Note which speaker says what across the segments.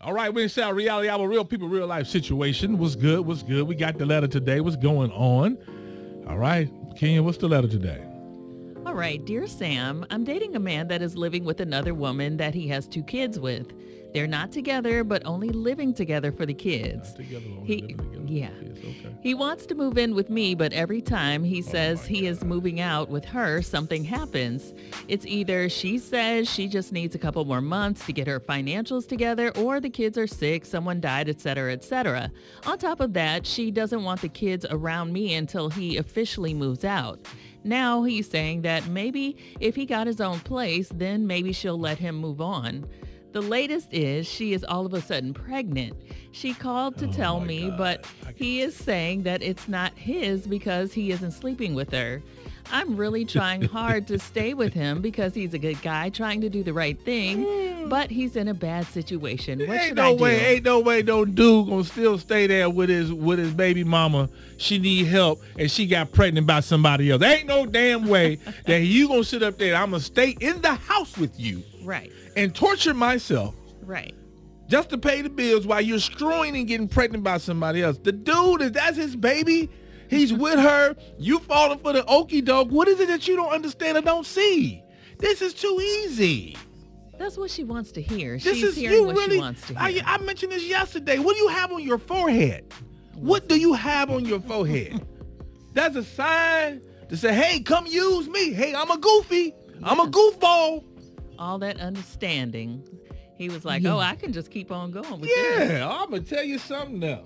Speaker 1: All right, we're inside reality hour, real people, real life situation. What's good? What's good? We got the letter today. What's going on? All right, Kenya, what's the letter today?
Speaker 2: All right, dear Sam, I'm dating a man that is living with another woman that he has two kids with. They're not together, but only living together for the kids.
Speaker 1: Together,
Speaker 2: He- yeah.
Speaker 1: Okay.
Speaker 2: He wants to move in with me, but every time he says he is moving out with her, something happens. It's either she says she just needs a couple more months to get her financials together, or the kids are sick, someone died, etc., etc. On top of that, she doesn't want the kids around me until he officially moves out. Now he's saying that maybe if he got his own place, then maybe she'll let him move on. The latest is she is all of a sudden pregnant. She called to
Speaker 1: Oh
Speaker 2: tell
Speaker 1: my
Speaker 2: me,
Speaker 1: God.
Speaker 2: but
Speaker 1: I
Speaker 2: he is saying that it's not his because he isn't sleeping with her. I'm really trying hard to stay with him because he's a good guy trying to do the right thing, but he's in a bad situation. What
Speaker 1: Hmm. ain't
Speaker 2: should
Speaker 1: no
Speaker 2: I do?
Speaker 1: way, ain't no way, no dude gonna still stay there with his with his baby mama. She need help, and she got pregnant by somebody else. Ain't no damn way that you gonna sit up there. I'm gonna stay in the house with you
Speaker 2: Right,
Speaker 1: and torture myself
Speaker 2: right.
Speaker 1: just to pay the bills while you're screwing and getting pregnant by somebody else. The dude is that's his baby. He's with her. You falling for the okey doke. What is it that you don't understand or don't see? This is too easy.
Speaker 2: That's what she wants to hear.
Speaker 1: This
Speaker 2: She's
Speaker 1: is
Speaker 2: hearing
Speaker 1: you
Speaker 2: what
Speaker 1: really.
Speaker 2: she wants to hear.
Speaker 1: I, I mentioned this yesterday. What do you have on your forehead? What do you have on your forehead? That's a sign to say, "Hey, come use me. Hey, I'm a goofy. I'm a goofball.
Speaker 2: All that understanding. He was like,
Speaker 1: Yeah.
Speaker 2: oh, I can just keep on going with this.
Speaker 1: Yeah, I'm gonna tell you something now."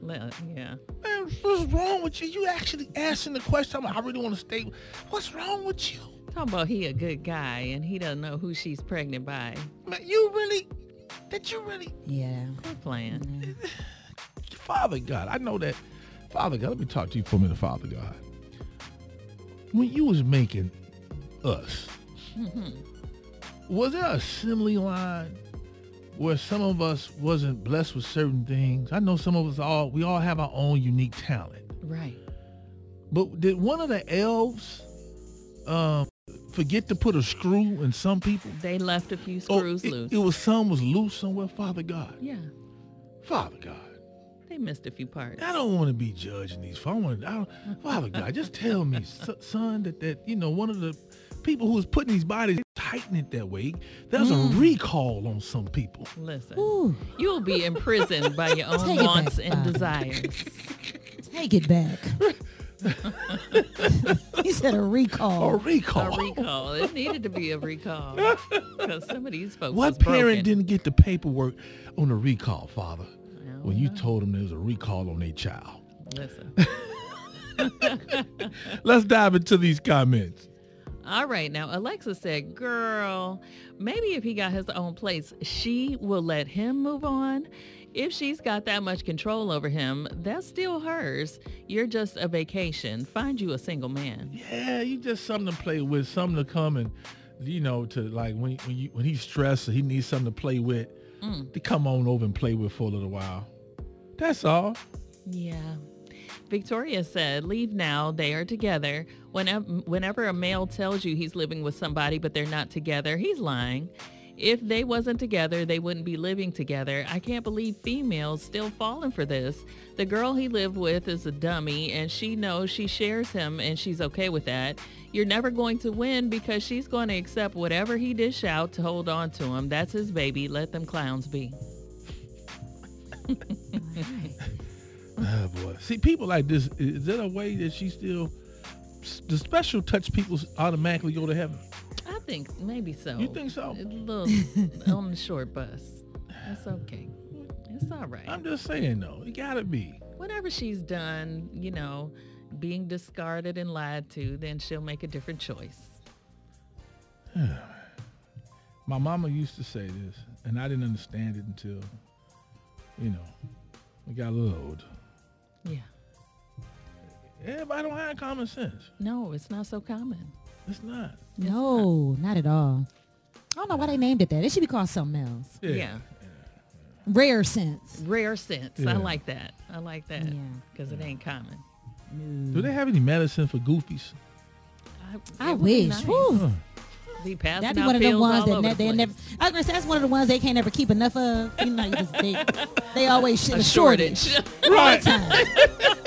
Speaker 2: Le- Yeah.
Speaker 1: Man, what's wrong with you? You actually asking the question. I'm like, I really want to stay. What's wrong with you?
Speaker 2: Talking about he a good guy and he doesn't know who she's pregnant by.
Speaker 1: Man, you really? That you really?
Speaker 3: Yeah.
Speaker 2: Quit playing.
Speaker 1: Father God, I know that. Father God, let me talk to you for a minute, Father God. When you was making us, was there a assembly line where some of us wasn't blessed with certain things? I know some of us all, we all have our own unique talent.
Speaker 2: Right.
Speaker 1: But did one of the elves um, forget to put a screw in some people?
Speaker 2: They left a few
Speaker 1: Or
Speaker 2: screws
Speaker 1: Oh, it,
Speaker 2: loose.
Speaker 1: It was some was loose somewhere. Father God,
Speaker 2: yeah.
Speaker 1: Father God.
Speaker 2: They missed a few parts.
Speaker 1: I don't want to be judging these. I want. I don't, Father God, just tell me, so- son, that that you know one of the people who was putting these bodies tighten it that way. There's
Speaker 2: Mm.
Speaker 1: a recall on some people.
Speaker 2: Listen,
Speaker 3: Ooh,
Speaker 2: you'll be imprisoned by your
Speaker 3: Take it
Speaker 2: own
Speaker 3: back,
Speaker 2: wants and
Speaker 3: Bob.
Speaker 2: desires.
Speaker 3: take it back. he said a
Speaker 1: A
Speaker 3: recall.
Speaker 2: A
Speaker 1: recall.
Speaker 2: recall. It needed to be a recall because some of these folks. was
Speaker 1: What
Speaker 2: broken.
Speaker 1: parent didn't get the paperwork on the recall, Father?
Speaker 2: I don't
Speaker 1: When you
Speaker 2: know.
Speaker 1: told them there was a recall on their child.
Speaker 2: listen.
Speaker 1: Let's dive into these comments.
Speaker 2: All right, now Alexa said, girl, maybe if he got his own place, she will let him move on. If she's got that much control over him, that's still hers. You're just a vacation. Find you a single man.
Speaker 1: Yeah, you just something to play with, something to come and, you know, to like when when, you, when he's stressed, or he needs something to play with, to come on over and play with for a little while. That's all.
Speaker 2: Yeah. Victoria said, leave now. They are together. Whenever, whenever a male tells you he's living with somebody but they're not together, he's lying. If they wasn't together, they wouldn't be living together. I can't believe females still falling for this. The girl he lived with is a dummy and she knows she shares him and she's okay with that. You're never going to win because she's going to accept whatever he dish out to hold on to him. That's his baby. Let them clowns be.
Speaker 1: Oh boy. See, people like this. Is that a way that she still? The special touch people automatically go to heaven.
Speaker 2: I think maybe so.
Speaker 1: You think so?
Speaker 2: A little on the short bus. That's okay. It's all right.
Speaker 1: I'm just saying though, it gotta be.
Speaker 2: Whatever she's done, you know, being discarded and lied to, then she'll make a different choice.
Speaker 1: My mama used to say this, and I didn't understand it until, you know, we got a little older.
Speaker 2: Yeah.
Speaker 1: Everybody don't have common sense.
Speaker 2: No, it's not so common.
Speaker 1: It's not.
Speaker 3: No, not at all. I don't know why they named it that. It should be called something else.
Speaker 2: Yeah.
Speaker 3: Rare sense.
Speaker 2: Rare sense.
Speaker 1: Yeah.
Speaker 2: I like that. I like that
Speaker 3: Yeah.
Speaker 2: because it ain't common.
Speaker 1: Do they have any medicine for goofies?
Speaker 2: I,
Speaker 3: I
Speaker 2: it would be
Speaker 3: wish.
Speaker 2: nice.
Speaker 3: Whew.
Speaker 2: Be passing
Speaker 3: That'd be
Speaker 2: out
Speaker 3: one of them
Speaker 2: pills
Speaker 3: ones
Speaker 2: all
Speaker 3: that
Speaker 2: over
Speaker 3: ne-
Speaker 2: the
Speaker 3: they
Speaker 2: place.
Speaker 3: never. I was gonna say that's one of the ones they can't ever keep enough of. You know, you just, they, they always sh-
Speaker 2: A
Speaker 3: shortage.
Speaker 2: shortage.
Speaker 1: Right.
Speaker 3: Time.